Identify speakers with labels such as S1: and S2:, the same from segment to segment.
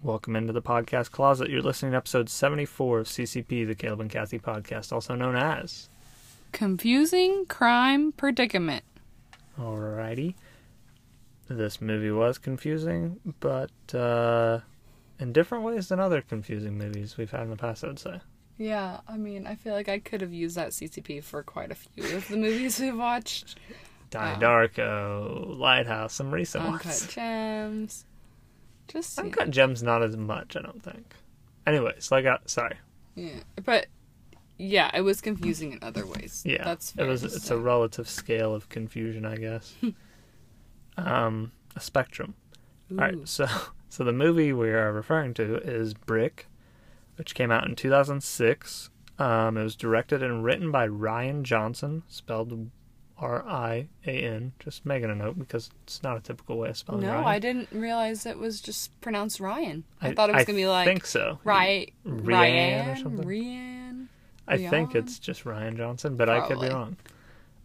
S1: Welcome into the podcast closet. You're listening to episode 74 of CCP, the Caleb and Kathy podcast, also known as.
S2: Confusing crime predicament.
S1: Alrighty. This movie was confusing, but uh, in different ways than other confusing movies we've had in the past, I would say.
S2: Yeah, I mean, I feel like I could have used that CCP for quite a few of the movies we've watched.
S1: Donnie
S2: Wow.
S1: Darko, Lighthouse, some recent
S2: Ah. Uncut
S1: ones.
S2: Gems. Just you
S1: Uncut Gems, not as much, I don't think. Anyways, like, I, sorry.
S2: Yeah, but yeah, it was confusing in other ways.
S1: Yeah,
S2: that's
S1: it
S2: fair
S1: was.
S2: to
S1: It's
S2: say.
S1: a relative scale of confusion, I guess. um, a spectrum. All
S2: Ooh.
S1: right, so so the movie we are referring to is Brick, which came out in 2006. Um, it was directed and written by Ryan Johnson, spelled R I A N. Just making a note because it's not a typical way of spelling.
S2: No,
S1: Ryan.
S2: I didn't realize it was just pronounced Ryan. I,
S1: I-
S2: thought it was
S1: I
S2: gonna be like
S1: think so.
S2: Ry-
S1: Rianne or
S2: Ryan
S1: something?
S2: Rian.
S1: I think
S2: Rian?
S1: it's just Ryan Johnson, but I could be
S2: Probably.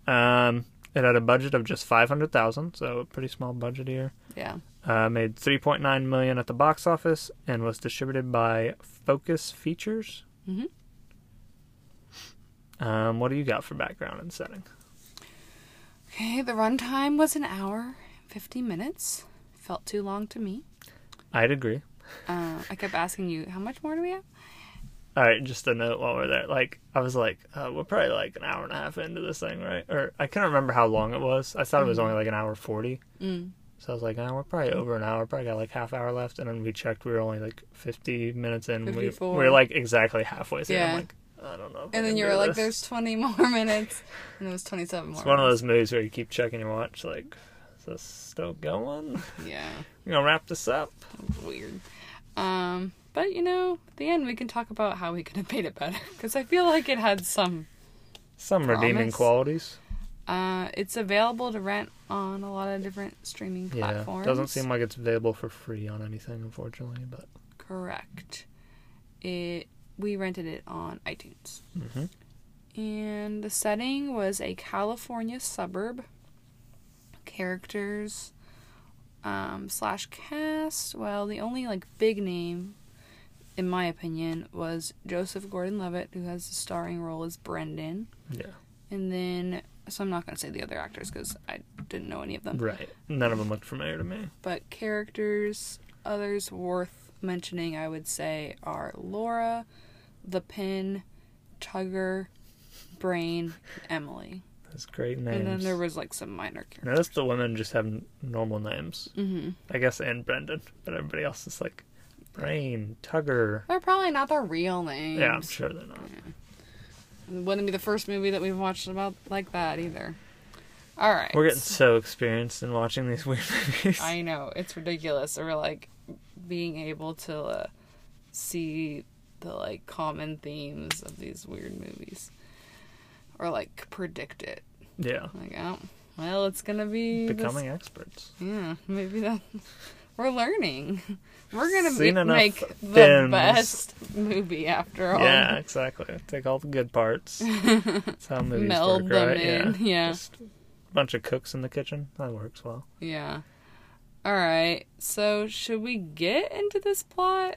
S1: wrong. Um, it had a budget of just five hundred thousand, so a pretty small budget here.
S2: Yeah.
S1: Uh, made 3.9 million at the box office and was distributed by Focus Features.
S2: Mhm.
S1: Um, what do you got for background and setting?
S2: Okay, the runtime was an hour, fifty minutes. Felt too long to me.
S1: I'd agree.
S2: Uh, I kept asking you, how much more do we have?
S1: All right, just a note while we're there. Like I was like, uh, we're probably like an hour and a half into this thing, right? Or I can't remember how long it was. I thought it was
S2: Mm-hmm.
S1: only like an hour forty.
S2: Mm.
S1: So I was like, oh, we're probably over an hour. Probably got like half hour left. And then we checked. We were only like fifty minutes in. We, we
S2: 54.
S1: were like exactly halfway through. I'm
S2: Yeah.
S1: like, I don't know. if I
S2: And then
S1: can
S2: you
S1: do
S2: were like,
S1: this.
S2: there's 20 more minutes. And it was 27 more.
S1: It's one of those movies where you keep checking your watch, like, is this still going?
S2: minutes. Yeah.
S1: We're gonna wrap this up.
S2: Weird. Um, but, you know, at the end, we can talk about how we could have made it better. Because I feel like it had some.
S1: Some redeeming
S2: Promise.
S1: qualities.
S2: Uh, it's available to rent on a lot of different streaming
S1: Yeah,
S2: platforms.
S1: doesn't seem like it's available for free on anything, unfortunately. But
S2: Correct. It We rented it on iTunes. And the setting was a California suburb. Characters um, slash cast. Well, the only like big name, in my opinion, was Joseph Gordon-Levitt, who has the starring role as Brendan.
S1: yeah,
S2: And then, so I'm not gonna say the other actors because I didn't know any of them.
S1: right. None of them looked familiar to me.
S2: But characters, others worth mentioning, I would say, are Laura, the Pin, Tugger, Brain, Emily.
S1: That's great
S2: And then
S1: names.
S2: there was like some minor characters.
S1: Notice the women just have n- normal names.
S2: Mm-hmm.
S1: I guess and Brendan, but everybody else is like Brain, Tugger.
S2: They're probably not their real names.
S1: Yeah, I'm sure they're not.
S2: It wouldn't be the first movie that we've watched about like that either. All right.
S1: We're getting so experienced in watching these weird movies.
S2: I know it's ridiculous. Or like being able to uh, see the like common themes of these weird movies, or like predict it.
S1: Yeah,
S2: Like, oh, well, it's gonna be this-
S1: becoming experts.
S2: Yeah, maybe that. We're learning. We're gonna
S1: Seen
S2: be,
S1: enough
S2: make the
S1: films.
S2: best movie after all.
S1: Yeah, exactly. Take all the good parts. That's how movies
S2: Meld
S1: work,
S2: them
S1: right?
S2: in, yeah.
S1: Just a bunch of cooks in the kitchen. That works well.
S2: Yeah. All right. So, should we get into this plot?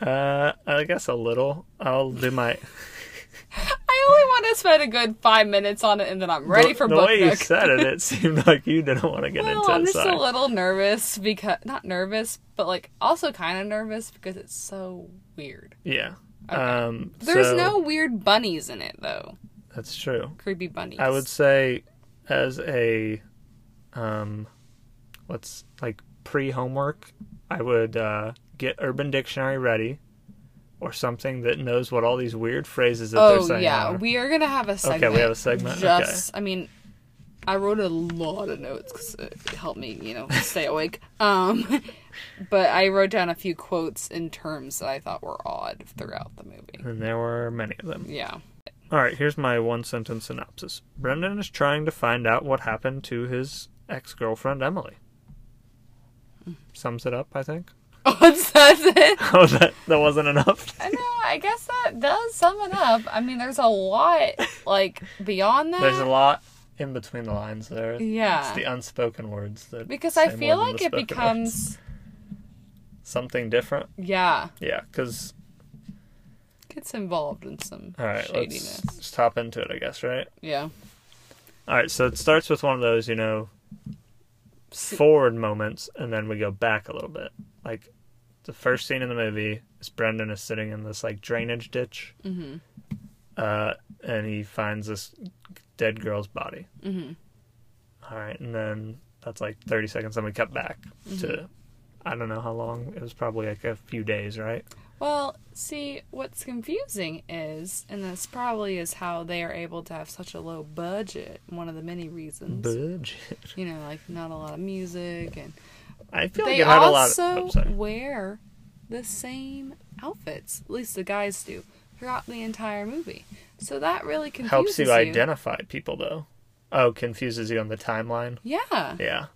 S1: Uh, I guess a little. I'll do my.
S2: I only want to spend a good five minutes on it, and then I'm ready
S1: the,
S2: for
S1: the
S2: book
S1: way you
S2: nook.
S1: said it. It seemed like you didn't want to get
S2: well,
S1: into
S2: I'm
S1: it.
S2: just
S1: sorry.
S2: a little nervous because not nervous, but like also kind of nervous because it's so weird.
S1: Yeah. Um.
S2: There's
S1: so-
S2: no weird bunnies in it though.
S1: That's true.
S2: Creepy bunnies.
S1: I would say, as a, um, what's like pre homework, I would uh, get Urban Dictionary ready, or something that knows what all these weird phrases that they're
S2: Oh
S1: saying
S2: yeah,
S1: are.
S2: we are gonna have a segment.
S1: we have a segment?
S2: Just, I mean, I wrote a lot of notes because it helped me, you know, stay awake. Um, but I wrote down a few quotes and terms that I thought were odd throughout the movie.
S1: And there were many of them.
S2: Yeah.
S1: All right, here's my one sentence synopsis Brendan is trying to find out what happened to his ex girlfriend, Emily. Sums it up, I think.
S2: What's that's it?
S1: Oh, that, that wasn't enough.
S2: No, I guess that does sum it up. I mean, there's a lot like beyond that.
S1: There's a lot in between the lines there.
S2: Yeah.
S1: It's the unspoken words that.
S2: because
S1: say
S2: I
S1: more
S2: feel
S1: than
S2: like
S1: the
S2: it
S1: spoken words.
S2: becomes
S1: something different.
S2: Yeah,
S1: Yeah, because
S2: gets involved in some
S1: all right,
S2: shadiness.
S1: let's, let's hop into it. I guess right.
S2: Yeah,
S1: All right, so it starts with one of those, you know, forward moments, and then we go back a little bit. Like the first scene in the movie is Brendan is sitting in this like drainage ditch, mm-hmm. uh, and he finds this dead girl's body. Mm-hmm. right, and then that's like thirty seconds, and we cut back
S2: Mm-hmm.
S1: to I don't know how long. It was probably like a few days, right?
S2: Well, see, what's confusing is, and this probably is how they are able to have such a low budget, one of the many reasons.
S1: Budget.
S2: you know, like not a lot of music, and
S1: I feel like
S2: they
S1: it had a lot. Of,
S2: also
S1: oh, sorry.
S2: wear the same outfits, at least the guys do, throughout the entire movie. So that really confuses
S1: helps you
S2: you.
S1: identify people though. Oh, confuses you on the timeline.
S2: Yeah,
S1: Yeah.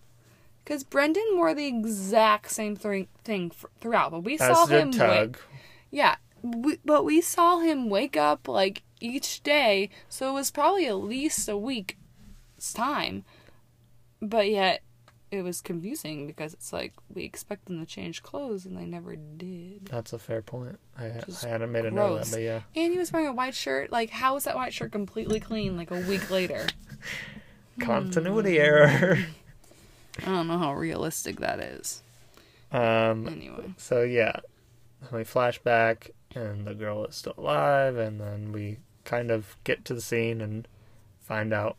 S2: because Brendan wore the exact same thing thing f- throughout, but we saw
S1: As
S2: him.
S1: did
S2: wi-
S1: Tug.
S2: Yeah, we, but we saw him wake up like each day, so it was probably at least a week's time. But yet, it was confusing because it's like we expect them to change clothes and they never did.
S1: That's a fair point. I,
S2: Just
S1: I hadn't made a note of
S2: gross.
S1: that, but yeah.
S2: And he was wearing a white shirt. Like, how was that white shirt completely clean like a week later? Hmm.
S1: Continuity error.
S2: I don't know how realistic that is.
S1: Um,
S2: Anyway,
S1: so yeah, we flash back, and the girl is still alive, and then we kind of get to the scene and find out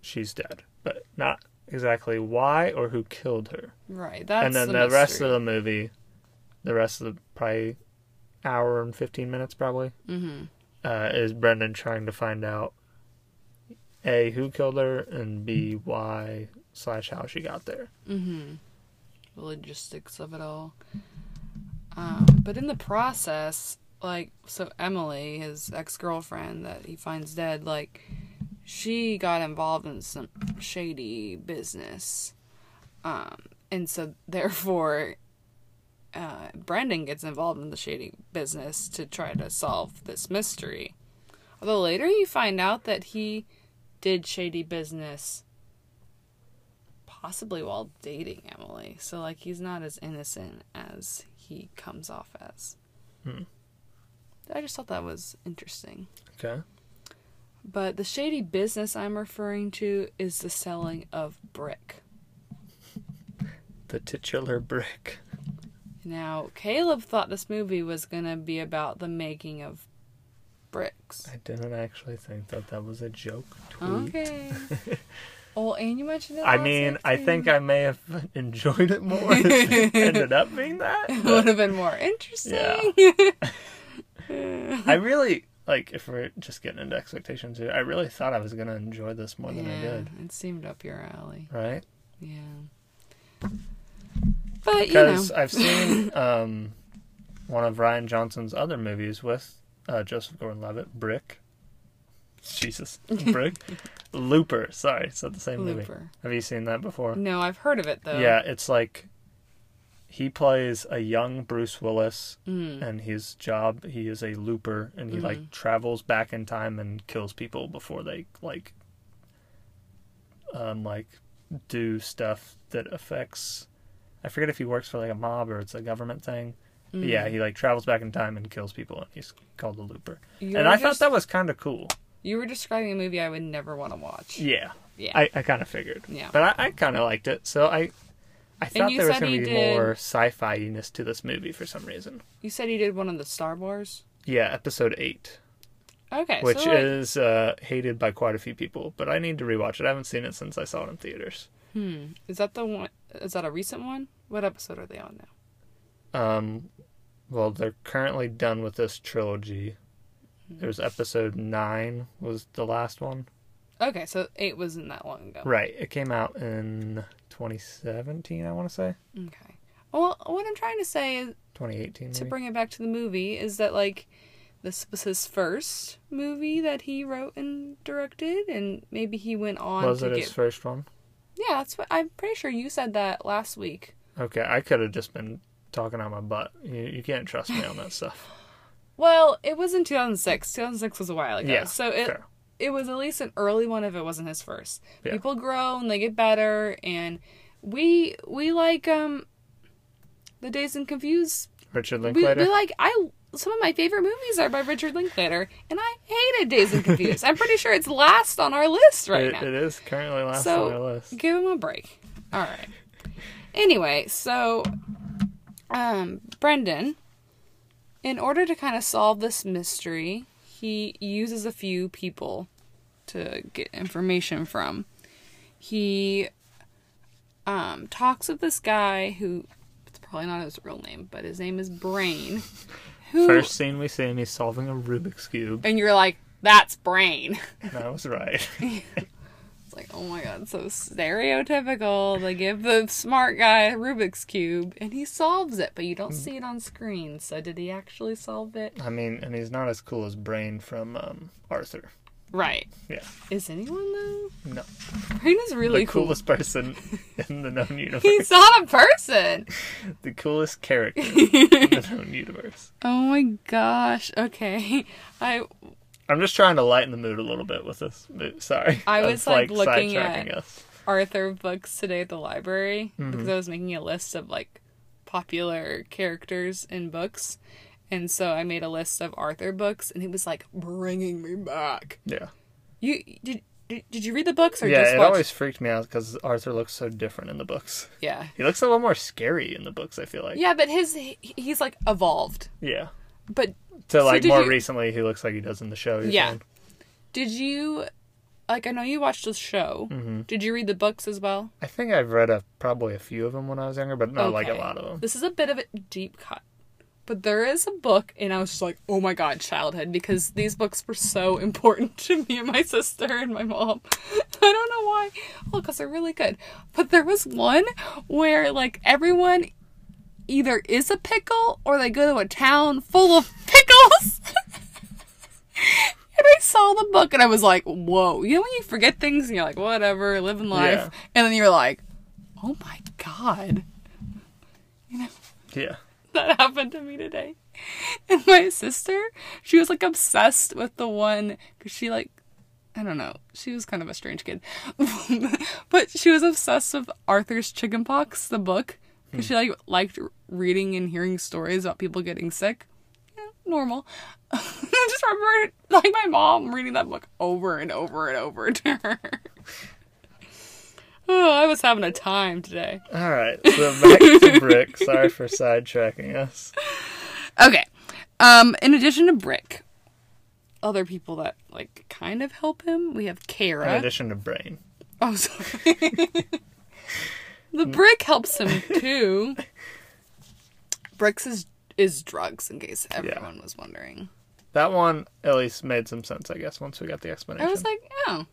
S1: she's dead, but not exactly why or who killed her.
S2: right. That's
S1: and then the,
S2: the,
S1: rest of the movie, the rest of the probably hour and fifteen minutes probably
S2: Mm-hmm.
S1: uh, is Brendan trying to find out a who killed her and b why slash how she got there.
S2: Mm-hmm. The logistics of it all. Um, but in the process, like, so Emily, his ex girlfriend that he finds dead, like, she got involved in some shady business. Um, and so, therefore, uh, Brandon gets involved in the shady business to try to solve this mystery. Although later you find out that he did shady business possibly while dating Emily. So like he's not as innocent as he comes off as.
S1: Hmm.
S2: I just thought that was interesting.
S1: Okay.
S2: But the shady business I'm referring to is the selling of brick.
S1: The titular brick.
S2: Now, Caleb thought this movie was going to be about the making of bricks.
S1: I didn't actually think that that was a joke tweet.
S2: Okay. well, and you mentioned it.
S1: I
S2: last
S1: mean,
S2: week,
S1: I
S2: too.
S1: think I may have enjoyed it more if it ended up being that.
S2: it
S1: but-
S2: would have been more interesting.
S1: I really like if we're just getting into expectations here. I really thought I was gonna enjoy this more than I
S2: yeah,
S1: did.
S2: it seemed up your alley.
S1: Right?
S2: Yeah. But you know,
S1: Because I've seen um, one of Ryan Johnson's other movies with uh, Joseph Gordon-Levitt, Brick. Jesus, Brick, Looper. Sorry, it's not the same movie.
S2: Looper.
S1: Have you seen that before?
S2: No, I've heard of it though.
S1: Yeah, it's like he plays a young Bruce Willis,
S2: Mm.
S1: and his job he is a looper, and he
S2: Mm-hmm.
S1: like travels back in time and kills people before they like, um, like do stuff that affects. I forget if he works for like a mob or it's a government thing. But yeah,
S2: Mm-hmm.
S1: he like travels back in time and kills people, and he's called a looper.
S2: You
S1: and
S2: were
S1: I
S2: just-
S1: thought that was kind of cool.
S2: You were describing a movie I would never want to watch.
S1: Yeah,
S2: Yeah.
S1: I, I kind of figured.
S2: Yeah.
S1: But I, I kind of liked it. So I I thought
S2: you
S1: there was
S2: said
S1: going
S2: he
S1: to be
S2: did-
S1: more sci-fi ness to this movie for some reason.
S2: You said you did one on the Star Wars.
S1: Yeah, episode 8,
S2: Okay.
S1: which
S2: so like,
S1: is uh, hated by quite a few people, but I need to rewatch it. I haven't seen it since I saw it in theaters.
S2: hmm, is that the one? Is that a recent one? What episode are they on now?
S1: Um well, they're currently done with this trilogy. There's episode 9 was the last one.
S2: Okay, so eight wasn't that long ago.
S1: Right, it came out in 2017, I want to say.
S2: Okay. Well, what I'm trying to say is
S1: 2018
S2: to
S1: maybe.
S2: bring it back to the movie is that like this was his first movie that he wrote and directed, and maybe he went on
S1: Was
S2: to
S1: it
S2: get.
S1: his first one?
S2: Yeah, that's what I'm pretty sure you said that last week.
S1: Okay, I could have just been talking on my butt. You, you can't trust me on that stuff.
S2: Well, it was in 2006. 2006 was a while ago.
S1: Yeah,
S2: so it
S1: fair.
S2: it was at least an early one if it wasn't his first.
S1: Yeah.
S2: People grow and they get better and we we like um The Days and Confused.
S1: Richard
S2: We,
S1: Linklater.
S2: we like I. Some of my favorite movies are by Richard Linklater, and I hated Days and Confused. I'm pretty sure it's last on our list right
S1: It-
S2: now.
S1: it is currently last
S2: so
S1: on our list.
S2: give him a break. All right. Anyway, so um, Brendan, in order to kind of solve this mystery, he uses a few people to get information from. He um, talks with this guy who it's probably not his real name, but his name is Brain. Who
S1: First scene we see him, he's solving a Rubik's cube.
S2: and you're like, that's Brain.
S1: That was right.
S2: It's like, oh my god, so stereotypical. They give the smart guy a Rubik's Cube and he solves it, but you don't see it on screen. So, did he actually solve it?
S1: I mean, and he's not as cool as Brain from um, Arthur.
S2: Right.
S1: Yeah,
S2: Is anyone though?
S1: no,
S2: Brain is really
S1: the
S2: cool.
S1: coolest person in the known universe.
S2: He's not a person.
S1: The coolest character in the known universe.
S2: Oh my gosh. Okay. I
S1: I'm just trying to lighten the mood a little bit with this. mo- Sorry,
S2: I was,
S1: That's,
S2: like, looking
S1: sidetracking
S2: at-
S1: us.
S2: Arthur books today at the library
S1: Mm-hmm.
S2: because I was making a list of like popular characters in books. And so I made a list of Arthur books and he was like bringing me back.
S1: Yeah,
S2: You did, did did you read the books or
S1: yeah.
S2: just
S1: It
S2: watch?
S1: always freaked me out because Arthur looks so different in the books.
S2: Yeah.
S1: He looks a little more scary in the books. I feel like.
S2: Yeah, but his he- he's like evolved.
S1: Yeah.
S2: But
S1: To like
S2: did
S1: more
S2: you-
S1: recently, he looks like he does in the show. you're
S2: Yeah.
S1: saying?
S2: did you like I know you watched the show.
S1: Mm-hmm.
S2: Did you read the books as well?
S1: I think I've read a probably a few of them when I was younger, but not like a lot of them.
S2: This is a bit of a deep cut. But there is a book and I was just like, "Oh my god, childhood because these books were so important to me and my sister and my mom." I don't know why. Well, cuz they're really good. But there was one where like everyone either is a pickle or they go to a town full of pickles. and I saw the book and I was like, whoa. You know when you forget things and you're like, whatever, living life.
S1: Yeah.
S2: And then you're like, oh my God. You know,
S1: Yeah.
S2: that happened to me today. And my sister, she was like obsessed with the one because she like, I don't know, she was kind of a strange kid, but she was obsessed with Arthur's Chickenpox, the book, because she like liked reading and hearing stories about people getting sick. Yeah, normal. I just remember like my mom reading that book over and over and over to her. Oh, I was having a time today.
S1: All right. So back to Brick. Sorry for sidetracking us.
S2: Okay. Um, in addition to Brick, other people that like kind of help him, we have
S1: In
S2: Kara.
S1: addition to Brain.
S2: Oh, sorry. the Brick helps him too. Bricks is is drugs, in case everyone was wondering.
S1: That one at least made some sense, I guess, once we got the
S2: I
S1: explanation.
S2: was like, oh,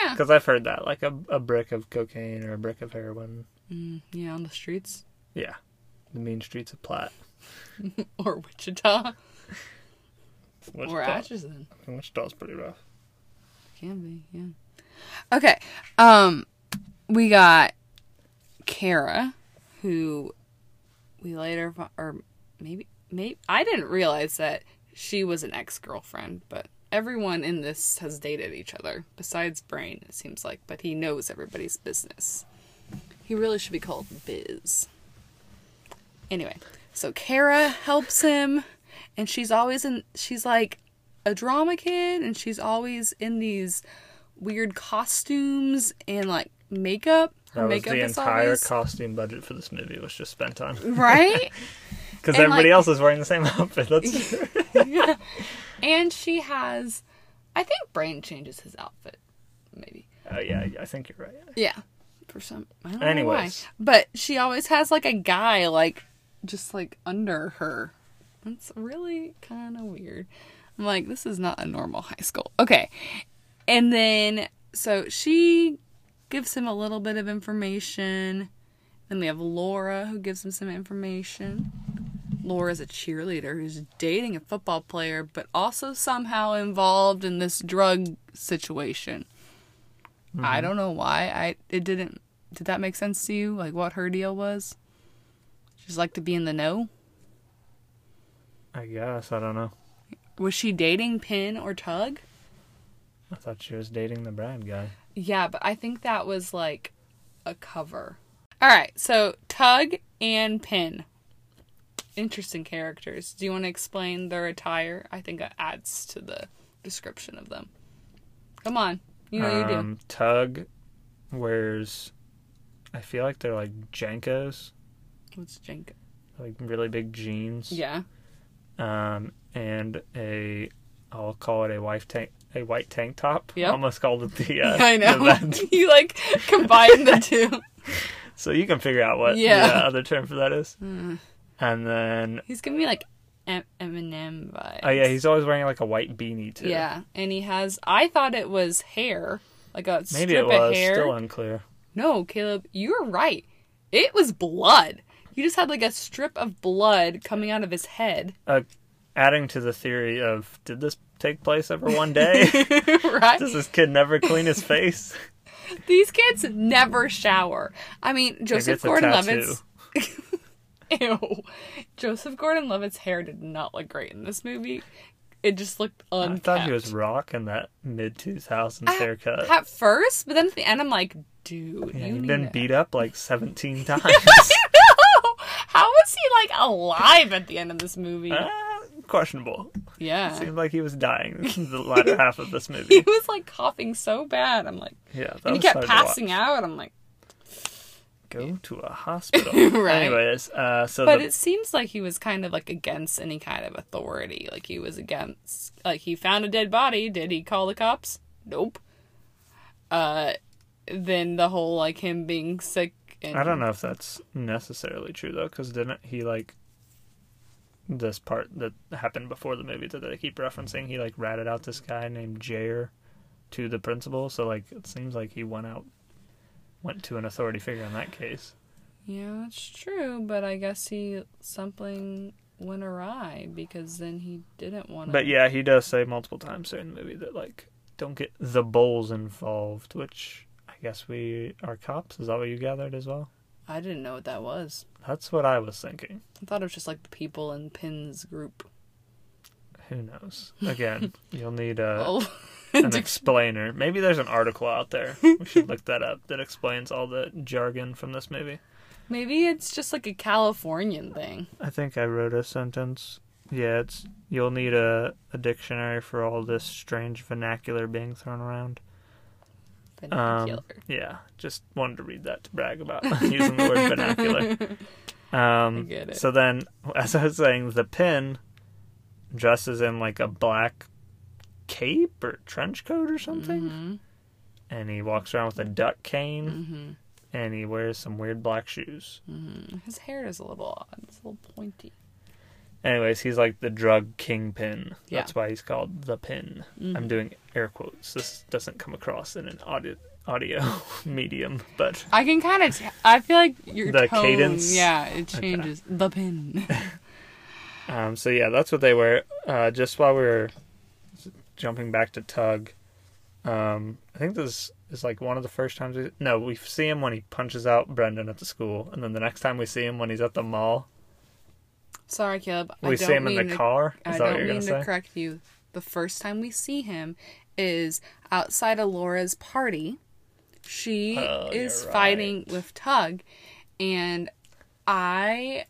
S2: yeah,
S1: because I've heard that, like a, a brick of cocaine or a brick of heroin.
S2: yeah, on the streets
S1: Yeah. The mean streets of Platt.
S2: or Wichita
S1: Wichita.
S2: or Atchison.
S1: Wichita's pretty rough.
S2: Can be, yeah. Okay. Um we got Kara who we later fo- or maybe maybe I didn't realize that she was an ex-girlfriend, but everyone in this has dated each other besides Brain it seems like, but he knows everybody's business. He really should be called Biz. Anyway, so Kara helps him, and she's always in. She's like a drama kid, and she's always in these weird costumes and like makeup. Her
S1: That was
S2: makeup
S1: the
S2: is
S1: entire
S2: always
S1: costume budget for this movie was just spent on
S2: right,
S1: because
S2: And,
S1: everybody
S2: like-
S1: else is wearing the same outfit. That's
S2: and she has. I think Brain changes his outfit, maybe.
S1: oh yeah, I think you're right.
S2: Yeah. For some, I don't
S1: Anyways.
S2: know why. But she always has like a guy like just like under her. That's really kind of weird. I'm like, this is not a normal high school. Okay. And then so she gives him a little bit of information. Then we have Laura who gives him some information. Laura's a cheerleader who's dating a football player, but also somehow involved in this drug situation. I don't know why. I it didn't. Did that make sense to you? Like what her deal was? She's like to be in the know.
S1: I guess I don't know.
S2: Was she dating Pin or Tug?
S1: I thought she was dating the Brad guy.
S2: Yeah, but I think that was like a cover. All right, so Tug and Pin interesting characters. Do you want to explain their attire? I think it adds to the description of them. Come on, you know you do.
S1: um, Tug wears, I feel like they're like Jenkos,
S2: What's Jenko?
S1: like really big jeans.
S2: Yeah,
S1: Um, and a, I'll call it a wife tank, a white tank top.
S2: Yep.
S1: Almost called it the. Uh,
S2: I
S1: the
S2: know.
S1: red.
S2: you like combine the two.
S1: so you can figure out what
S2: Yeah. Mm.
S1: the uh, other term for that is. And then,
S2: He's giving me like M- Eminem vibes.
S1: oh yeah, he's always wearing like a white beanie too.
S2: yeah, and he has. I thought it was hair, like a
S1: Maybe
S2: strip
S1: it was
S2: of hair.
S1: still unclear.
S2: No, Caleb, you're right. It was blood. You just had like a strip of blood coming out of his head,
S1: Uh, adding to the theory of did this take place over one day?
S2: right?
S1: Does this kid never clean his face?
S2: These kids never shower. I mean, Joseph
S1: it's a
S2: Gordon-Levitt's. Ew, Joseph Gordon-Levitt's hair did not look great in this movie. It just looked
S1: I
S2: unkempt.
S1: thought he was rock in that mid two thousands haircut.
S2: at first, but then at the end, I'm like, dude,
S1: Yeah,
S2: you
S1: you've
S2: need
S1: been
S2: to-
S1: beat up like seventeen times.
S2: How was he like alive at the end of this movie?
S1: Ah, questionable.
S2: yeah,
S1: Seemed like he was dying in the latter half of this
S2: he
S1: movie.
S2: was like coughing so bad. I'm like,
S1: Yeah, that
S2: and he
S1: was hard
S2: kept
S1: to watch.
S2: passing out. I'm like,
S1: Go to a hospital.
S2: Right.
S1: Anyways, uh, so
S2: but
S1: the,
S2: it seems like he was kind of like against any kind of authority. Like he was against, like he found a dead body. Did he call the cops? Nope. Uh, then the whole like him being sick. And,
S1: I don't know if that's necessarily true though, because didn't he like this part that happened before the movie that they keep referencing? He like ratted out this guy named Jair to the principal, so like it seems like he went out, went to an authority figure in that case.
S2: Yeah, that's true. But I guess he something went awry because then he didn't want to.
S1: But yeah, he does say multiple times during the movie that like don't get the bulls involved, which I guess we are cops. Is that what you gathered as well?
S2: I didn't know what that was.
S1: That's what I was thinking.
S2: I thought it was just like the people in Pins group.
S1: Who knows? Again, you'll need a.
S2: oh,
S1: an explainer. Maybe there's an article out there. We should look that up that explains all the jargon from this movie.
S2: maybe it's just like a Californian thing.
S1: I think I wrote a sentence. Yeah, it's you'll need a, a dictionary for all this strange vernacular being thrown around. Um.
S2: Vernacular.
S1: Yeah, just wanted to read that to brag about using the word vernacular. Um,
S2: I get it.
S1: So then, as I was saying, the pin dresses in like a black cape or trench coat or something,
S2: Mm-hmm,
S1: and he walks around with a duck cane.
S2: hmm
S1: and he wears some weird black shoes.
S2: mm-hmm. His hair is a little odd. It's a little pointy.
S1: Anyways, he's like the drug kingpin.
S2: Yeah. Mm-hmm.
S1: That's why he's called the pin. I'm doing air quotes. This doesn't come across in an audio audio medium, but
S2: I can kind of. T- I feel like your
S1: The
S2: tone-
S1: cadence?
S2: Yeah, it
S1: Okay.
S2: changes. The pin.
S1: um so yeah, that's what they wear. Uh just while we were jumping back to Tug, um I think this is like one of the first times we no, we see him when he punches out Brendan at the school and then the next time we see him when he's at the mall,
S2: Sorry, Caleb. I
S1: we
S2: don't
S1: see him in
S2: mean
S1: the
S2: to-
S1: car. Is
S2: I
S1: that what you're
S2: don't mean
S1: going
S2: to
S1: to say?
S2: correct you. The first time we see him is outside of Laura's party. She
S1: Oh,
S2: is
S1: you're right.
S2: fighting with Tug, and I,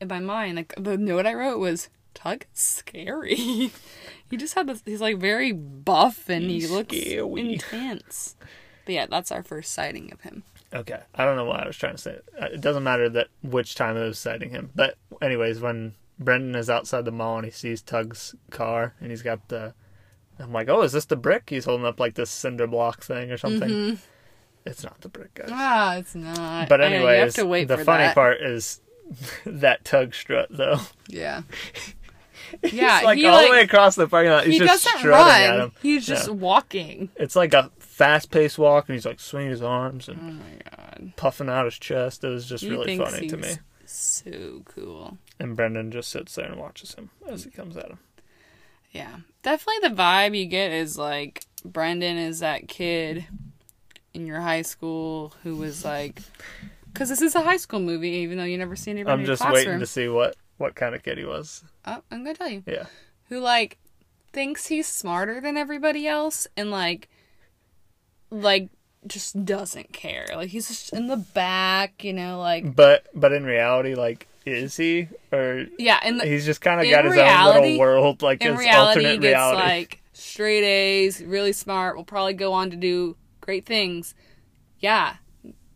S2: in my mind, like the note I wrote was Tug is scary. he just had this. He's like very buff and
S1: He's
S2: he looks
S1: scary.
S2: intense. But yeah, that's our first sighting of him.
S1: Okay. I don't know why I was trying to say it. Uh, It doesn't matter that which time I was citing him. But anyways, when Brendan is outside the mall and he sees Tug's car and he's got the I'm like, "Oh, is this the brick he's holding up like this cinder block thing or something?" It's not the brick, guys.
S2: Ah, it's not.
S1: But
S2: Mm-hmm. I know,
S1: anyways,
S2: you have to wait
S1: the
S2: for
S1: funny
S2: that.
S1: part is that Tug strut though.
S2: Yeah. Yeah,
S1: It's like
S2: he
S1: all the
S2: like
S1: way across the parking lot. He's
S2: he
S1: just
S2: doesn't
S1: strutting at
S2: run.
S1: him.
S2: He's just
S1: Yeah.
S2: walking.
S1: It's like a fast-paced walk and he's like swinging his arms and
S2: Oh my god.
S1: puffing out his chest. It was just
S2: He
S1: really
S2: thinks
S1: funny to me.
S2: he's So cool.
S1: And Brendan just sits there and watches him as he comes at him.
S2: Yeah. Definitely the vibe you get is like Brendan is that kid in your high school who was like cuz this is a high school movie even though you never see anybody
S1: I'm
S2: in your
S1: just
S2: classroom.
S1: waiting to see what what kind of kid he was.
S2: oh, I'm going to tell you.
S1: Yeah,
S2: who like thinks he's smarter than everybody else and like like
S1: Mm.
S2: just doesn't care. Like he's just in the back, you know, like
S1: but but in reality, like is he? Or
S2: Yeah, and the,
S1: he's just kind of
S2: in
S1: got his own
S2: reality-
S1: little world, like
S2: in
S1: his
S2: reality, he
S1: alternate
S2: gets
S1: reality.
S2: like straight A's, really smart. Will probably go on to do great things. Yeah,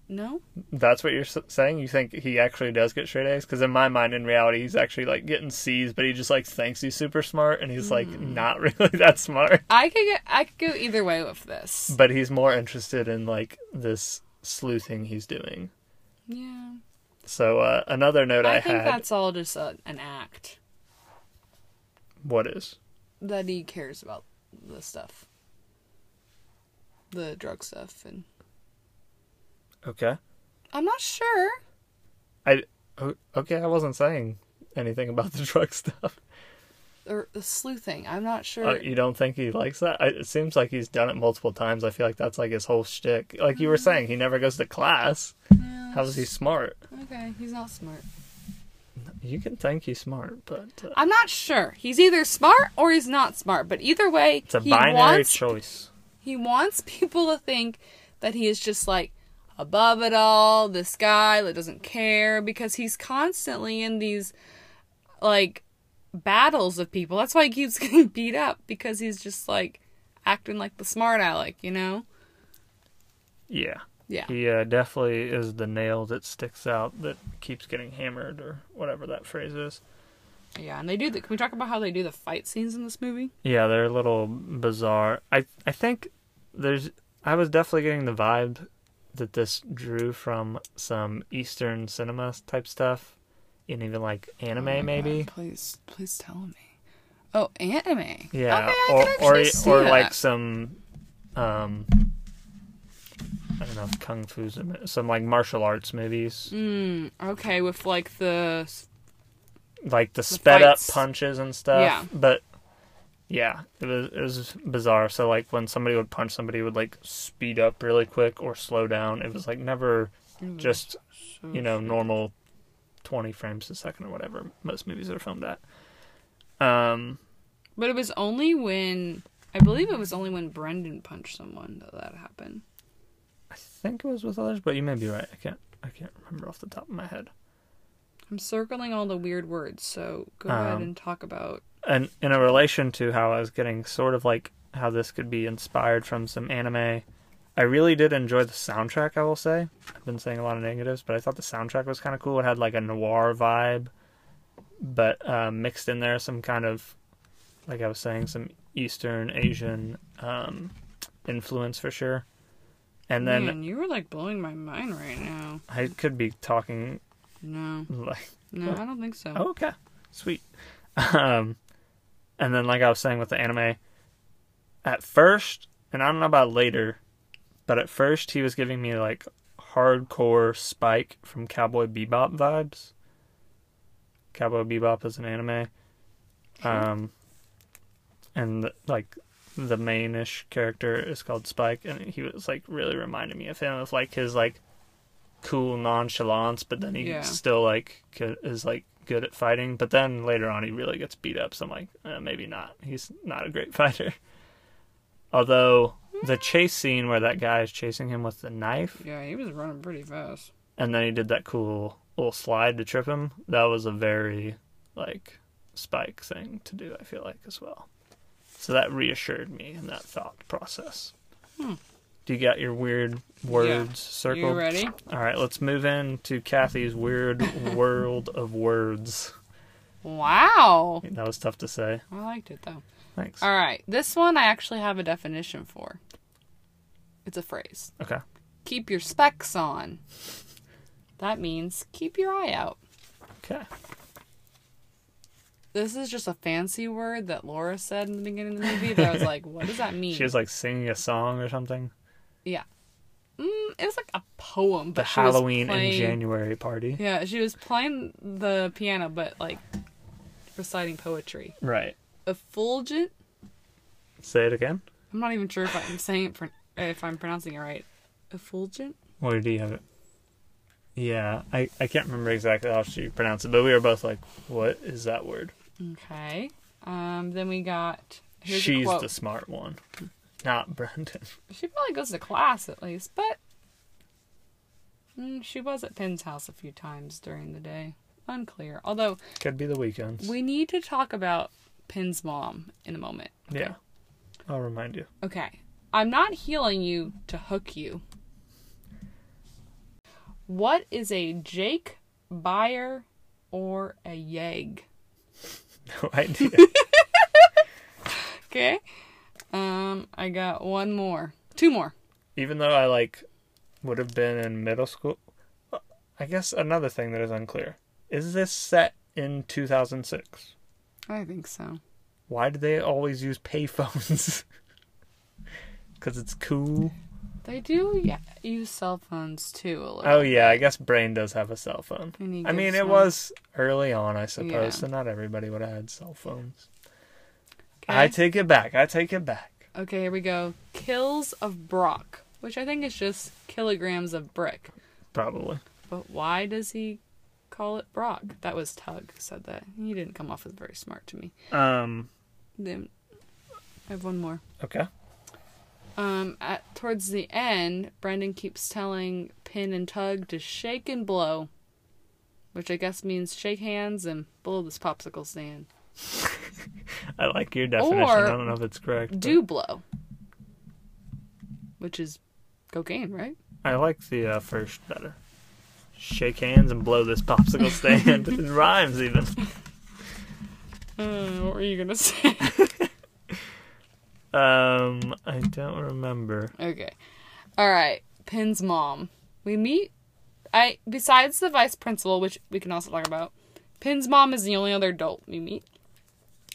S2: no,
S1: That's what you're s- saying. You think he actually does get straight A's? Because in my mind, in reality, he's actually like getting C's, but he just like thinks he's super smart, and he's like
S2: Hmm.
S1: not really that smart.
S2: I could go, I could go either way with this.
S1: But he's more interested in like this sleuthing he's doing.
S2: Yeah,
S1: So uh, another note I,
S2: I think
S1: had.
S2: that's all just a, an act
S1: What is?
S2: that he cares about the stuff, the drug stuff, and
S1: Okay.
S2: I'm not sure.
S1: I o- okay. I wasn't saying anything about the drug stuff.
S2: Or the sleuthing. I'm not sure.
S1: Uh, you don't think he likes that? I, it seems like he's done it multiple times. I feel like that's like his whole shtick. Like you were
S2: Mm-hmm.
S1: saying, he never goes to class.
S2: Yeah,
S1: How is he smart?
S2: Okay, he's not smart.
S1: You can think he's smart, but uh,
S2: I'm not sure. He's either smart or he's not smart. But either way,
S1: it's a
S2: he
S1: binary
S2: wants
S1: choice.
S2: he wants people to think that he is just like above it all, this guy that doesn't care because he's constantly in these like battles of people. That's why he keeps getting beat up because he's just like acting like the smart aleck, you know?
S1: Yeah.
S2: Yeah.
S1: He uh, definitely is the nail that sticks out that keeps getting hammered, or whatever that phrase is.
S2: Yeah, and they do the, can we talk about how they do the fight scenes in this movie?
S1: Yeah, they're a little bizarre. I I think there's I was definitely getting the vibe that this drew from some Eastern cinema type stuff, and even like anime maybe.
S2: Oh Please please tell me. Oh, anime.
S1: Yeah,
S2: Okay, I can actually
S1: or or
S2: see
S1: or
S2: that.
S1: like some um I don't know if kung fu's in it, some like martial arts movies,
S2: Mm, okay, with like the
S1: like the sped up
S2: fights.
S1: punches and stuff.
S2: Yeah.
S1: but. Yeah, it was it was bizarre. So like when somebody would punch somebody it would like speed up really quick or slow down. It was like never just you know
S2: Mm.
S1: normal 20 frames a second or whatever most movies are filmed at um
S2: But it was only when I believe it was only when Brendan punched someone that that happened.
S1: i think it was with others but you may be right i can't i can't remember off the top of my head
S2: I'm circling all the weird words, so go ahead
S1: Um,
S2: and talk about.
S1: and in a relation to how i was getting sort of like how this could be inspired from some anime i really did enjoy the soundtrack i will say i've been saying a lot of negatives but i thought the soundtrack was kind of cool it had like a noir vibe but uh, mixed in there some kind of like i was saying some eastern asian um, influence for sure and then
S2: Man, you were like blowing my mind right now.
S1: i could be talking
S2: No,
S1: like
S2: no, I don't think so.
S1: Oh, okay. Sweet. Um, and then, like I was saying with the anime, at first, and I don't know about later, but at first he was giving me like hardcore Spike from Cowboy Bebop vibes. Cowboy Bebop is an anime. Um, and like the mainish character is called Spike, and he was like really reminding me of him of like his like cool nonchalance, but then he
S2: Yeah.
S1: still like could, is like good at fighting. But then later on, he really gets beat up. So I'm like, uh, maybe not. He's not a great fighter. Although the chase scene where that guy is chasing him with the knife,
S2: Yeah, he was running pretty fast.
S1: and then he did that cool little slide to trip him. That was a very like spike thing to do. I feel like as well. So that reassured me in that thought process. Do you got your weird words circled?
S2: Hmm. You ready?
S1: All right, let's move in to Kathy's weird world of words.
S2: Wow,
S1: That was tough to say.
S2: I liked it though.
S1: Thanks.
S2: All right, this one I actually have a definition for. It's a phrase.
S1: Okay.
S2: Keep your specs on. That means keep your eye out.
S1: Okay.
S2: this is just a fancy word that Laura said in the beginning of the movie that I was like, what does that mean?
S1: She was like singing a song or something.
S2: yeah. Mm, it was like a poem,
S1: The
S2: but she was
S1: Halloween
S2: playing-
S1: in January party.
S2: Yeah, she was playing the piano, but like reciting poetry.
S1: Right.
S2: Effulgent.
S1: Say it again.
S2: I'm not even sure if I'm saying it, pro- if I'm pronouncing it right. Effulgent.
S1: Where do you have it? Yeah, I, I can't remember exactly how she pronounced it, but we were both like, what is that word?
S2: Okay. Um. Then we got. Here's a
S1: She's
S2: quote.
S1: the smart one, not Brendan.
S2: She probably goes to class at least, but mm, she was at Penn's house a few times during the day. Unclear. Although
S1: Could be the weekends.
S2: we need to talk about Penn's mom in a moment.
S1: Yeah. I'll remind you.
S2: Okay. I'm not healing you to hook you. What is a Jake buyer or a Yeg?
S1: No idea.
S2: Okay. Um, I got one more. Two more.
S1: Even though I like would have been in middle school. I guess another thing that is unclear. Is this set in 2006?
S2: I think so.
S1: Why do they always use payphones? Cuz it's cool.
S2: They do yeah, use cell phones too a little.
S1: Oh yeah, I guess Brain does have a cell phone.
S2: And he
S1: I mean,
S2: gives
S1: it
S2: one.
S1: was early on, I suppose,
S2: Yeah.
S1: so not everybody would have had cell phones.
S2: Okay.
S1: I take it back. I take it back.
S2: okay, here we go. Kills of Brock, which I think is just kilograms of brick.
S1: Probably.
S2: But why does he call it Brock? That was Tug who said that. He didn't come off as very smart to me.
S1: Um.
S2: Then I have one more.
S1: Okay.
S2: Um, at towards the end, Brandon keeps telling Pin and Tug to shake and blow, which I guess means shake hands and blow this popsicle stand.
S1: I like your definition.
S2: Or
S1: I don't know if it's correct. but
S2: Do blow, which is cocaine, right?
S1: I like the uh, first better. Shake hands and blow this popsicle stand. it rhymes even.
S2: Uh, what were you gonna say?
S1: Um, I don't remember.
S2: Okay. All right. Pin's mom. We meet. I besides the vice principal, which we can also talk about. Pin's mom is the only other adult we meet,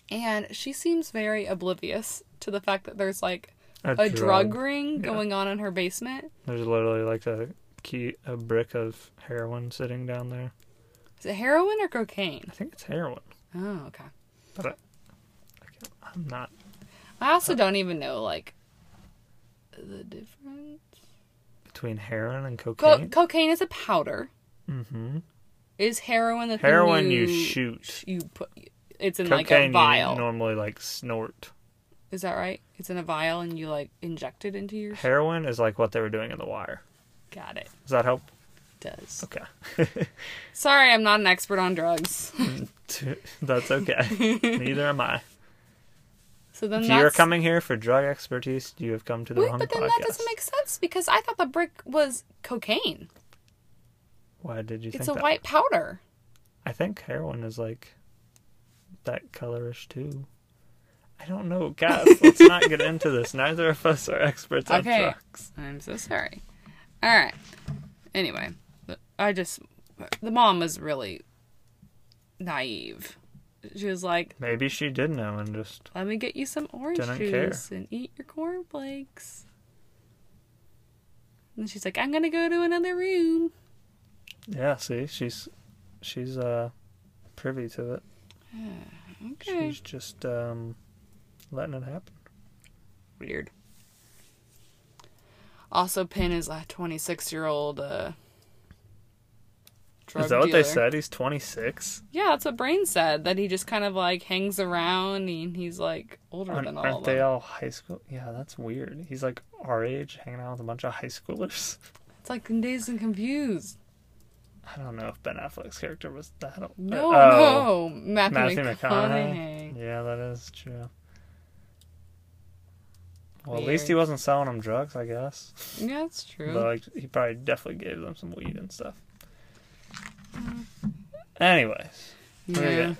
S2: and she seems very oblivious to the fact that there's like
S1: A,
S2: a drug, ring
S1: yeah.
S2: going on in her basement.
S1: There's literally like a key, a brick of heroin sitting down there.
S2: Is it heroin or cocaine?
S1: I think it's heroin,
S2: Oh, okay.
S1: but I, I can't- I'm not.
S2: I also
S1: Uh.
S2: don't even know like the difference.
S1: between heroin and
S2: Co-
S1: cocaine.
S2: cocaine is a powder.
S1: mm-hmm.
S2: Is heroin the thing
S1: Heroin you,
S2: you
S1: shoot.
S2: You put. It's in like a
S1: cocaine
S2: vial.
S1: you normally like snort.
S2: Is that right? It's in a vial and you like inject it into your.
S1: Heroin is like what they were doing in the wire.
S2: Got it.
S1: Does that help?
S2: Does.
S1: Okay.
S2: Sorry, I'm not an expert on drugs.
S1: That's okay. Neither am I.
S2: so then
S1: If
S2: that's.
S1: you are coming here for drug expertise, you have come to the
S2: Wait,
S1: wrong
S2: but then
S1: podcast.
S2: that doesn't make sense because I thought the brick was cocaine.
S1: Why did you
S2: It's
S1: think
S2: a
S1: that?
S2: white powder.
S1: I think heroin is like that colorish too. I don't know, guys. let's not get into this. Neither of us are experts on
S2: Okay.
S1: drugs.
S2: I'm so sorry. All right. Anyway, th- I just. The mom was really naive. She was like,
S1: Maybe she did know and just
S2: let me get you some orange
S1: Didn't care.
S2: juice and eat your cornflakes. And then she's like, I'm going to go to another room.
S1: yeah. See, she's she's uh privy to it.
S2: Okay.
S1: She's just um letting it happen.
S2: Weird. Also, Penn is a 26 year old uh, drug
S1: is that what
S2: dealer.
S1: they said? He's 26.
S2: Yeah, that's what Brain said. That he just kind of like hangs around and he's like older
S1: Aren't,
S2: than all
S1: aren't
S2: of
S1: they
S2: them.
S1: all high school? Yeah, that's weird. He's like our age, hanging out with a bunch of high schoolers.
S2: It's like Dazed and Confused.
S1: I don't know if Ben Affleck's character was that old.
S2: No,
S1: Oh,
S2: no. Matthew,
S1: Matthew
S2: McConaughey.
S1: McConaughey. Yeah, that is true. Well, at least
S2: Weird.
S1: he wasn't selling them drugs, I guess.
S2: Yeah, that's true.
S1: But like, he probably definitely gave them some weed and stuff.
S2: Mm.
S1: Anyways, what do we
S2: yeah.
S1: got?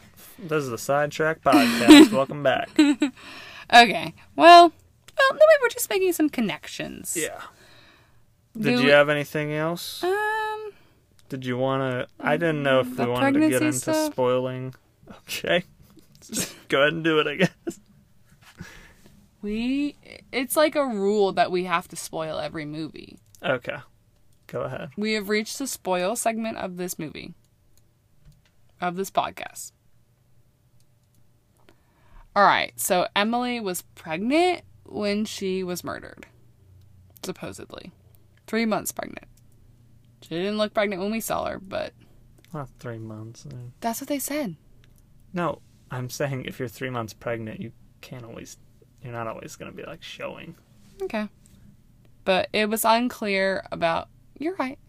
S1: this is the sidetrack podcast. Welcome back.
S2: Okay. Well, well, no, we were just making some connections.
S1: Yeah. Did
S2: Do-
S1: you have anything else?
S2: Um.
S1: Did you want to? I didn't know if we
S2: The
S1: wanted to get
S2: pregnancy
S1: into
S2: stuff?
S1: spoiling. Okay. Go ahead and do it, I guess.
S2: We it's like a rule that we have to spoil every movie.
S1: Okay. Go ahead.
S2: We have reached the spoil segment of this movie. Of this podcast. All right. So Emily was pregnant when she was murdered. Supposedly. 3 months pregnant. She didn't look pregnant when we saw her, but
S1: Not three months. no.
S2: that's what they said.
S1: No, I'm saying if you're three months pregnant, you can't always. You're not always going to be like showing.
S2: Okay. But it was unclear about. You're right.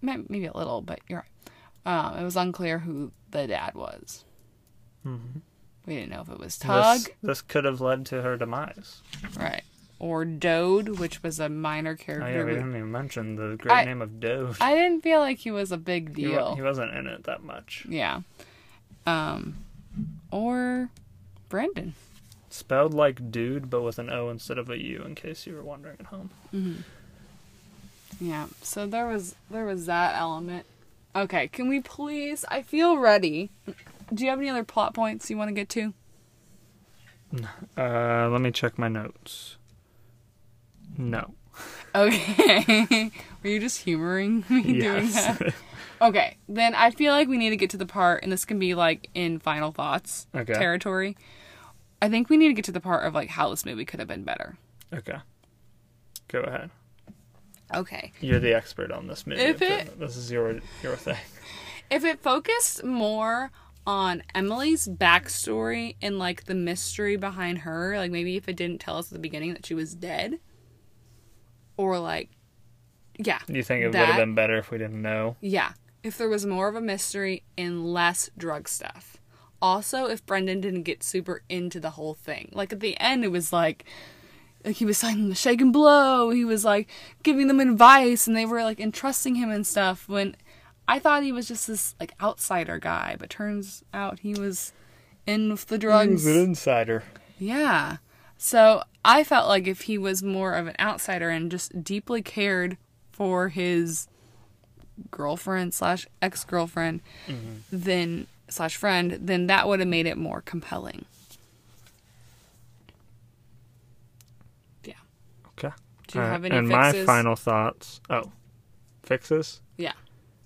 S2: May- Maybe a little, but you're right. Um, it was unclear who the dad was. We didn't know if it was Tug,
S1: Mm-hmm. This, this could have led to her demise.
S2: right, or Dode, which was a minor
S1: Oh, yeah,
S2: character.
S1: we
S2: who-
S1: didn't even mention the great
S2: I-
S1: name of Dove.
S2: I didn't feel like he was a big
S1: He, wa-
S2: deal.
S1: he wasn't in it that much.
S2: yeah, um, or Brandon.
S1: Spelled like dude, but with an O instead of a U, in case you were wondering at home.
S2: Yeah, so there was there was that element. Okay, can we please? I feel ready. Do you have any other plot points you want to get to?
S1: Uh, let me check my notes. No.
S2: Okay, were you just humoring me doing
S1: Yes.
S2: that? Okay, then I feel like we need to get to the part, and this can be like in final thoughts
S1: Okay.
S2: territory. I think we need to get to the part of like how this movie could have been better.
S1: okay. Go ahead.
S2: Okay.
S1: You're the expert on this movie.
S2: If
S1: so
S2: it-
S1: This is your your thing.
S2: If it focused more on Emily's backstory and like the mystery behind her, like maybe if it didn't tell us at the beginning that she was dead, or like, yeah,
S1: You think it would
S2: That-
S1: have been better if we didn't know?
S2: Yeah. If there was more of a mystery and less drug stuff. Also, if Brendan didn't get super into the whole thing. Like at the end it was like like he was signing the shake and blow. He was like giving them advice and they were like entrusting him and stuff when I thought he was just this like outsider guy, but turns out he was in with the drugs.
S1: He's an insider.
S2: Yeah. So I felt like if he was more of an outsider and just deeply cared for his girlfriend slash ex girlfriend, then slash friend, then that would have made it more compelling. Yeah.
S1: Okay.
S2: Do you
S1: All
S2: have
S1: right,
S2: any
S1: And my
S2: fixes?
S1: final thoughts. Oh, fixes.
S2: Yeah.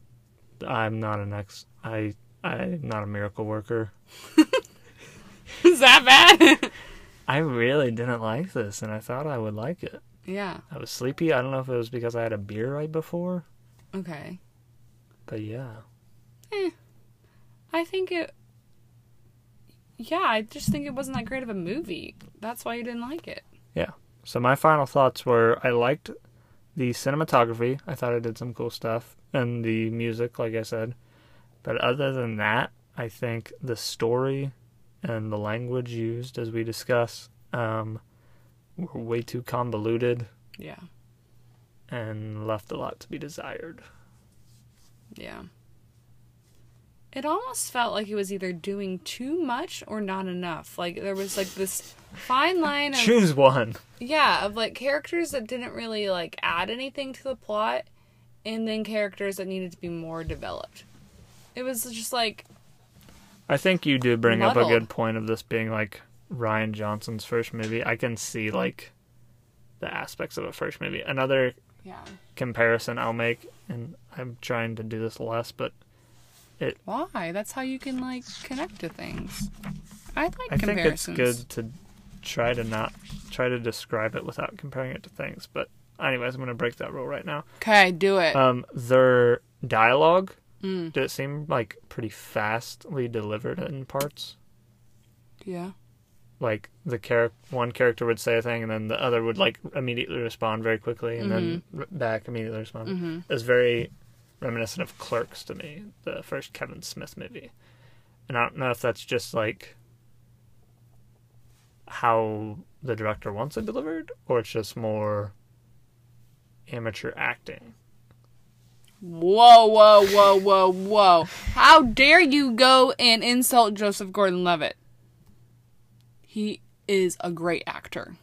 S1: I'm not an ex. I I'm not a miracle worker.
S2: Is that bad?
S1: I really didn't like this, and I thought I would like it.
S2: yeah.
S1: I was sleepy. I don't know if it was because I had a beer right before,
S2: Okay.
S1: but yeah.
S2: I think it. Yeah, I just think it wasn't that great of a movie. That's why you didn't like it.
S1: Yeah. So my final thoughts were I liked the cinematography. I thought it did some cool stuff and the music, like I said. But other than that, I think the story and the language used, as we discuss, um, were way too convoluted
S2: Yeah.
S1: and left a lot to be desired.
S2: Yeah. It almost felt like he was either doing too much or not enough. Like there was like this fine line of
S1: Choose one.
S2: yeah, of like characters that didn't really like add anything to the plot and then characters that needed to be more developed. It was just like
S1: I think you do bring up a
S2: Muddled.
S1: good point of this being like Ryan Johnson's first movie. I can see like the aspects of a first movie. Another
S2: yeah.
S1: comparison I'll make, and I'm trying to do this less, but
S2: Why? That's how you can like connect to things. I like
S1: I think it's
S2: comparisons.
S1: good to try to not try to describe it without comparing it to things. But anyways, I'm gonna break that rule right now.
S2: Okay, do it.
S1: Um, their dialogue did it seem like pretty fastly delivered in parts?
S2: yeah.
S1: Like the char- one character would say a thing, and then the other would like immediately respond very quickly, and then r- back immediately respond. It's very reminiscent of Clerks to me, the first Kevin Smith movie. And I don't know if that's just like how the director wants it delivered, or it's just more amateur acting.
S2: Whoa, whoa, whoa, whoa, whoa. How dare you go and insult Joseph Gordon Levitt? He is a great actor.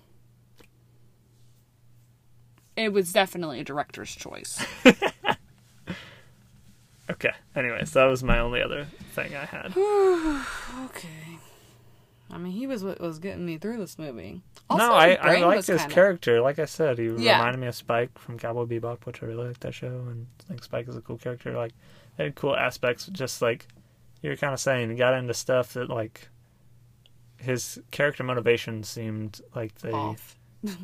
S2: It was definitely a director's choice.
S1: Okay. Anyways, that was my only other thing I had.
S2: Okay. I mean, he was what was getting me through this movie.
S1: no, I,
S2: his brain
S1: I liked
S2: was
S1: his
S2: kinda-
S1: character. Like I said, he
S2: Yeah.
S1: reminded me of Spike from Cowboy Bebop, which I really like that show, and I think Spike is a cool character. Like, they had cool aspects, just like you were kind of saying, he got into stuff that like his character motivation seemed like they,
S2: Off.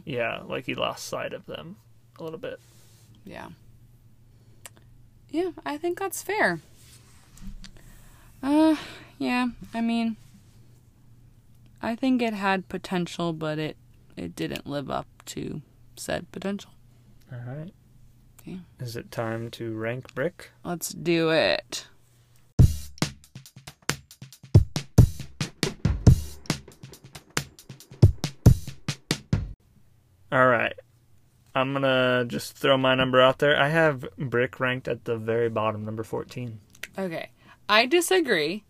S1: yeah, like he lost sight of them a little bit.
S2: Yeah. Yeah, I think that's fair. Uh, yeah, I mean, I think it had potential, but it it didn't live up to said potential.
S1: All right.
S2: Yeah.
S1: Is it time to rank Brick?
S2: Let's do it.
S1: I'm gonna just throw my number out there. I have Brick ranked at the very bottom, number fourteen.
S2: Okay. I disagree.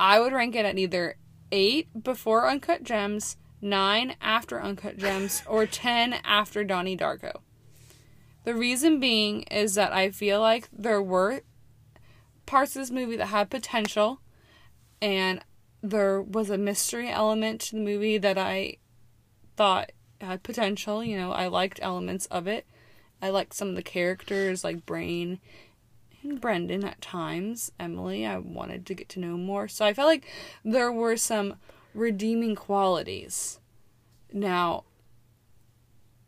S2: I would rank it at either 8 before Uncut Gems, 9 after Uncut Gems, or 10 after Donnie Darko. The reason being is that I feel like there were parts of this movie that had potential, and there was a mystery element to the movie that I thought had potential. You know, I liked elements of it. I liked some of the characters, like Brain and Brendan at times, Emily, I wanted to get to know more. So I felt like there were some redeeming qualities. Now,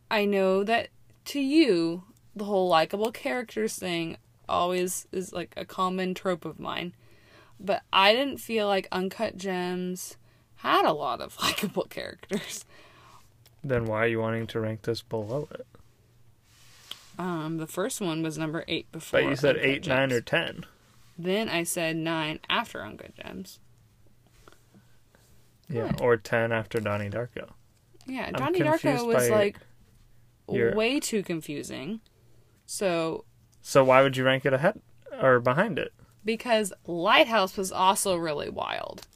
S2: I know that to you, the whole likable characters thing always is like a common trope of mine, but I didn't feel like Uncut Gems had a lot of likable characters.
S1: Then why are you wanting to rank this below it?
S2: Um, the first one was number eight before.
S1: But you said
S2: Uncut
S1: eight, nine,
S2: Gems.
S1: or ten.
S2: Then I said nine after Uncut Gems.
S1: Yeah, or ten after Donnie Darko.
S2: Yeah,
S1: I'm
S2: Donnie Darko
S1: confused by
S2: was like
S1: your-
S2: way too confusing. So
S1: So why would you rank it ahead or behind it?
S2: because Lighthouse was also really wild.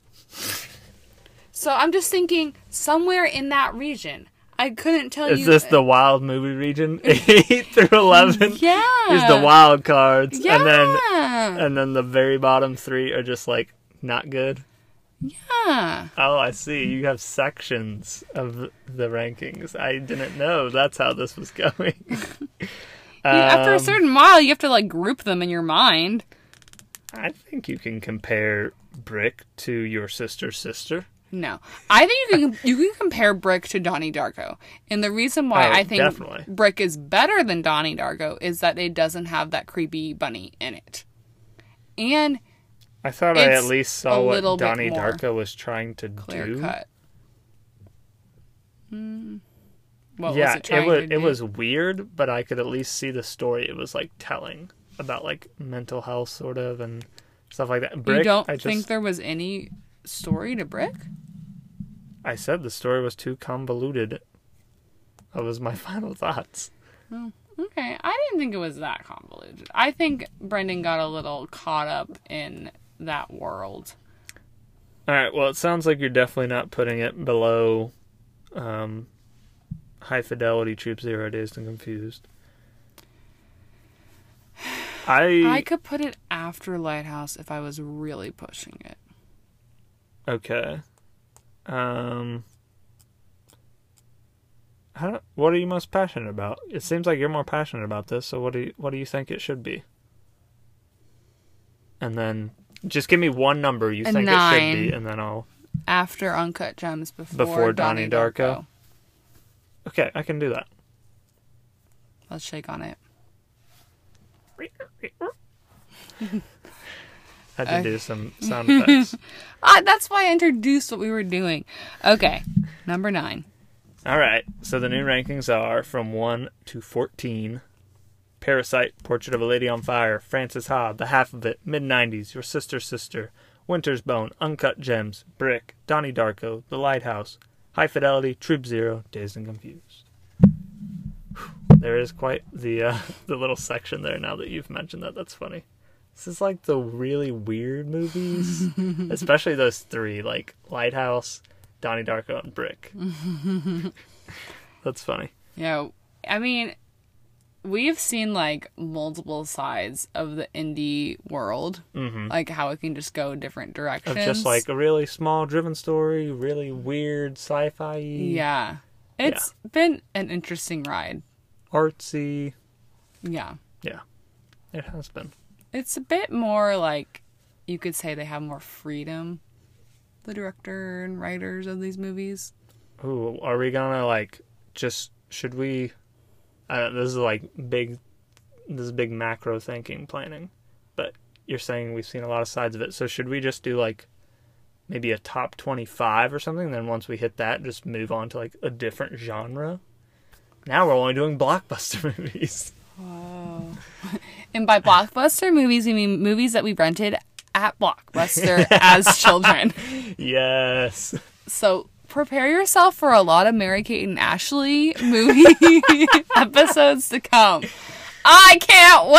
S2: so I'm just thinking somewhere in that region. I couldn't tell
S1: Is
S2: you.
S1: this the wild movie region? Eight through eleven
S2: yeah?
S1: is the wild cards,
S2: Yeah.
S1: and then and then the very bottom three are just like not good.
S2: yeah.
S1: Oh, I see. You have sections of the rankings. I didn't know that's how this was going.
S2: After a
S1: Um,
S2: certain while, you have to like group them in your mind.
S1: I think you can compare Brick to your sister's sister.
S2: No, I think you can you can compare Brick to Donnie Darko, and the reason why
S1: Oh,
S2: I think
S1: definitely.
S2: Brick is better than Donnie Darko is that it doesn't have that creepy bunny in it, and
S1: I thought I
S2: It's
S1: at least
S2: a
S1: saw what
S2: little bit
S1: Donnie
S2: more
S1: Darko was trying to
S2: clear
S1: do.
S2: cut. Hmm. What
S1: yeah,
S2: was it trying
S1: was
S2: to do?
S1: it was weird, but I could at least see the story it was like telling about like mental health sort of and stuff like that. Brick,
S2: you don't
S1: I
S2: think
S1: just
S2: there was any story to Brick?
S1: I said the story was too convoluted. That was my final thoughts.
S2: Okay, I didn't think it was that convoluted. I think Brendan got a little caught up in that world.
S1: All right. Well, it sounds like you're definitely not putting it below um, High Fidelity, Troop Zero, Dazed and Confused.
S2: I
S1: I,
S2: could put it after Lighthouse if I was really pushing it.
S1: okay. Um, I don't, what are you most passionate about? It seems like you're more passionate about this. So what do you what do you think it should be? And then just give me one number you
S2: A
S1: think it should
S2: nine.
S1: be, and then I'll.
S2: After Uncut Gems, before,
S1: Before
S2: Donnie,
S1: Donnie
S2: Darko.
S1: Darko. Okay, I can do that.
S2: Let's shake on it.
S1: Had to do some sound effects.
S2: Ah, that's why I introduced what we were doing. Okay, number nine.
S1: All right. So the new rankings are from 1 to 14. Parasite, Portrait of a Lady on Fire, Francis Ha, The Half of It, Mid 90s, Your Sister's Sister, Winter's Bone, Uncut Gems, Brick, Donnie Darko, The Lighthouse, High Fidelity, Troop Zero, Dazed and Confused. There is quite the uh, the little section there now that you've mentioned that. That's funny. This is like the really weird movies, especially those three, like Lighthouse, Donnie Darko, and Brick. That's funny.
S2: Yeah, I mean, we've seen like multiple sides of the indie world, mm-hmm. like how it can just go different
S1: Of
S2: directions.
S1: just like a really small driven story, really weird sci-fi,
S2: yeah, it's been an interesting ride.
S1: artsy.
S2: Yeah,
S1: Yeah, it has been.
S2: it's a bit more like you could say they have more freedom. The director and writers of these movies.
S1: Ooh, are we gonna like just should we? I don't, this is like big. This is big macro thinking planning, but you're saying we've seen a lot of sides of it. So should we just do like maybe a top twenty-five or something? Then once we hit that, just move on to like a different genre. Now we're only doing blockbuster movies.
S2: And by blockbuster movies, we mean movies that we rented at Blockbuster as children.
S1: Yes.
S2: So prepare yourself for a lot of Mary Kate and Ashley movie episodes to come. I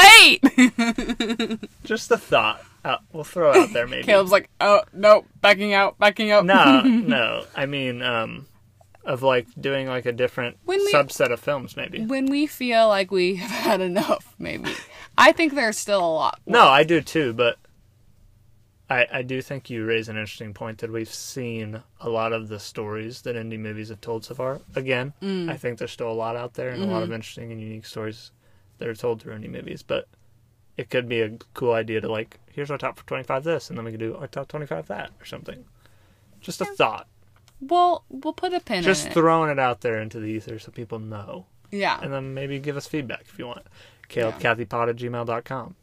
S2: can't wait.
S1: Just a thought. Uh, we'll throw it out there maybe.
S2: Caleb's like, oh no, backing out, backing out.
S1: no, no. I mean, um, of like doing like a different
S2: When we-
S1: subset of films maybe.
S2: When we feel like we have had enough, maybe. I think there's still a lot.
S1: No, I do too, but I I do think you raise an interesting point that we've seen a lot of the stories that indie movies have told so far. Again,
S2: Mm.
S1: I think there's still a lot out there and a lot
S2: Mm-hmm.
S1: of interesting and unique stories that are told through indie movies, but it could be a cool idea to like here's our top 25 this and then we could do our top 25 that or something. Just a thought.
S2: Well, we'll put a pin
S1: Just
S2: in it.
S1: throwing it out there into the ether so people know.
S2: yeah.
S1: and then maybe give us feedback if you want. CalebCathyPod at gmail.com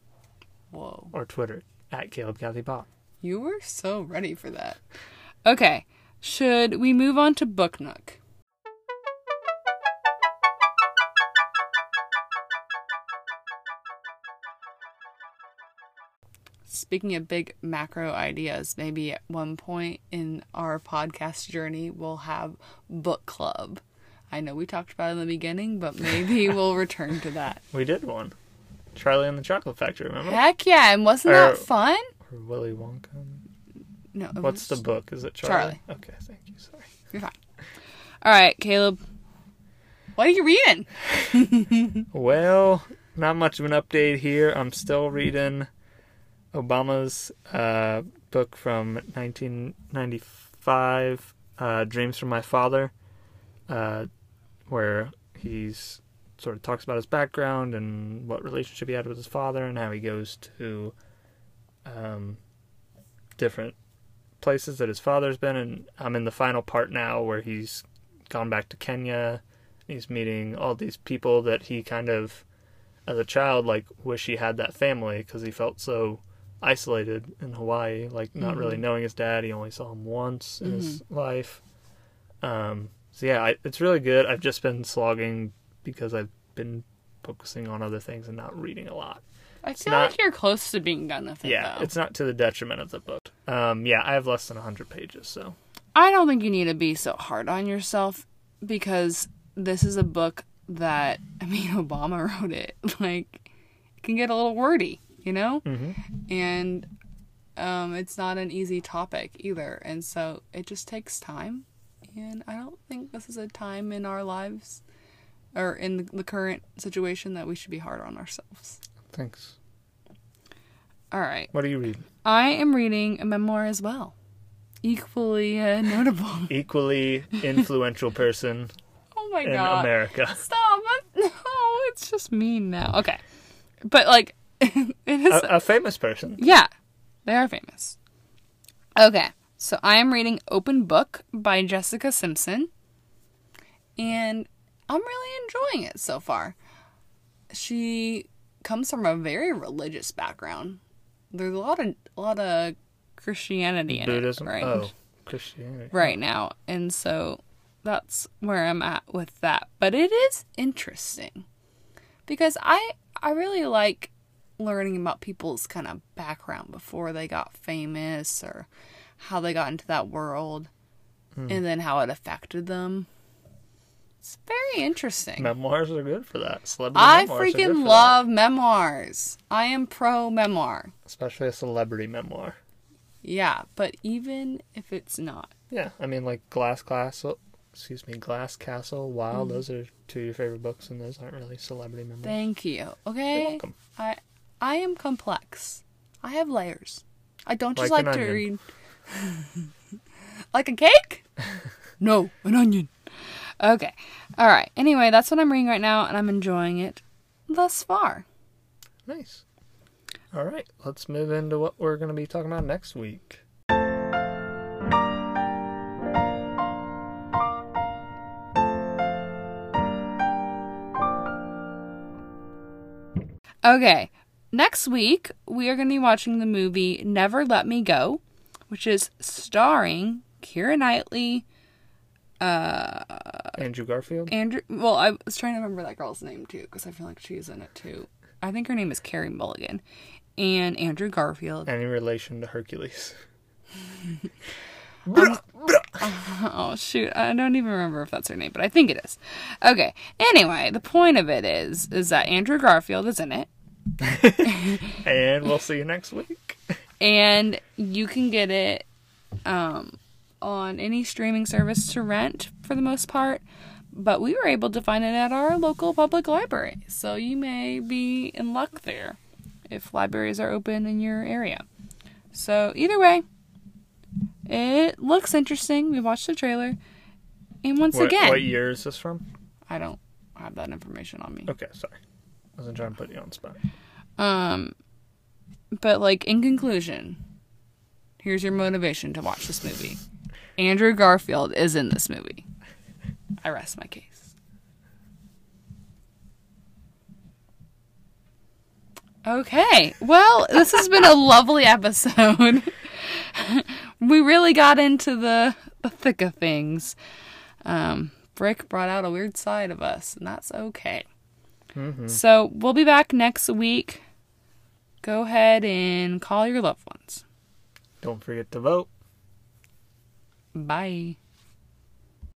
S2: Whoa.
S1: or Twitter at CalebCathyPod.
S2: You were so ready for that. Okay, should we move on to Book Nook? Speaking of big macro ideas, maybe at one point in our podcast journey, we'll have book club. I know we talked about it in the beginning, but maybe we'll return to that.
S1: We did one. Charlie and the Chocolate Factory, remember?
S2: Heck yeah, and wasn't that
S1: Or-
S2: fun?
S1: Or Willy Wonka.
S2: No. it
S1: What's the
S2: was-
S1: book? Is it Charlie?
S2: Mm-hmm. Charlie.
S1: Okay, thank you. Sorry.
S2: You're fine. All right, Caleb. What are you reading?
S1: Well, not much of an update here. I'm still reading Obama's uh, book from 1995, uh, Dreams from My Father, uh, where he's sort of talks about his background and what relationship he had with his father and how he goes to um, different places that his father's been. And I'm in the final part now where he's gone back to Kenya he's meeting all these people that he kind of as a child like wish he had that family because he felt so isolated in hawaii like not really knowing his dad he only saw him once in his
S2: Mm-hmm.
S1: life um, so yeah I, it's really good i've just been slogging because i've been focusing on other things and not reading a lot
S2: I feel
S1: not-
S2: like you're close to being done with it.
S1: yeah
S2: though.
S1: it's not to the detriment of the book um, yeah i have less than 100 pages so
S2: I don't think you need to be so hard on yourself because this is a book that I mean Obama wrote it. Like it can get a little wordy, you know? And um, it's not an easy topic either, and so it just takes time. And I don't think this is a time in our lives or in the- the current situation that we should be hard on ourselves.
S1: thanks
S2: All right.
S1: what are you reading
S2: I am reading a memoir as well. Equally uh, notable.
S1: equally influential person
S2: oh my
S1: in
S2: god.
S1: america
S2: Stop. No, it's just mean now. Okay. But like it is
S1: a, a famous person
S2: Yeah. They are famous. Okay. So I am reading Open Book by Jessica Simpson. And I'm really enjoying it so far. She comes from a very religious background. There's a lot of a lot of Christianity in
S1: Buddhism.
S2: it. Right?
S1: Oh, Christianity.
S2: right now. And so that's where I'm at with that. But it is interesting because I I really like learning about people's kind of background before they got famous or how they got into that world and then how it affected them. It's very interesting.
S1: Memoirs are good for that. Celebrity
S2: I
S1: memoirs are good for
S2: freaking
S1: that.
S2: love memoirs. I am pro memoir.
S1: especially a celebrity memoir.
S2: Yeah, but even if it's not,
S1: Yeah, I mean like Glass Castle. Excuse me, Glass Castle. Wow,
S2: Mm-hmm.
S1: those are two of your favorite books, and those aren't really celebrity memoirs.
S2: Thank you. Okay.
S1: welcome.
S2: I I am complex. I have layers. I don't just
S1: Like
S2: like,
S1: an
S2: to
S1: onion.
S2: read like a cake? no, an onion. Okay. All right. Anyway, that's what I'm reading right now and I'm enjoying it thus far.
S1: Nice. All right, let's move into what we're going to be talking about next week.
S2: Okay. Next week, we are going to be watching the movie Never Let Me Go, which is starring Kira Knightley, Uh,
S1: Andrew Garfield.
S2: Andrew. Well, I was trying to remember that girl's name too because I feel like she's in it too. I think her name is Carrie Mulligan, and Andrew Garfield. Um,
S1: Any relation to Hercules? Bruh, bruh.
S2: oh shoot i don't even remember if that's her name but i think it is okay anyway the point of it is is that andrew garfield is in it
S1: and we'll see you next week.
S2: and you can get it um, on any streaming service to rent for the most part but we were able to find it at our local public library so you may be in luck there if libraries are open in your area so either way it looks interesting we watched the trailer and once
S1: What,
S2: again
S1: what year is this from?
S2: i don't have that information on me
S1: Okay, sorry. I wasn't trying to put you on the spot.
S2: Um, but like in conclusion, here's your motivation to watch this movie. Andrew Garfield is in this movie. I rest my case. Okay. Well, this has been a lovely episode. we really got into the the thick of things. Um, Brick brought out a weird side of us, and that's okay. So we'll be back next week. Go ahead and call your loved ones.
S1: Don't forget to vote.
S2: Bye.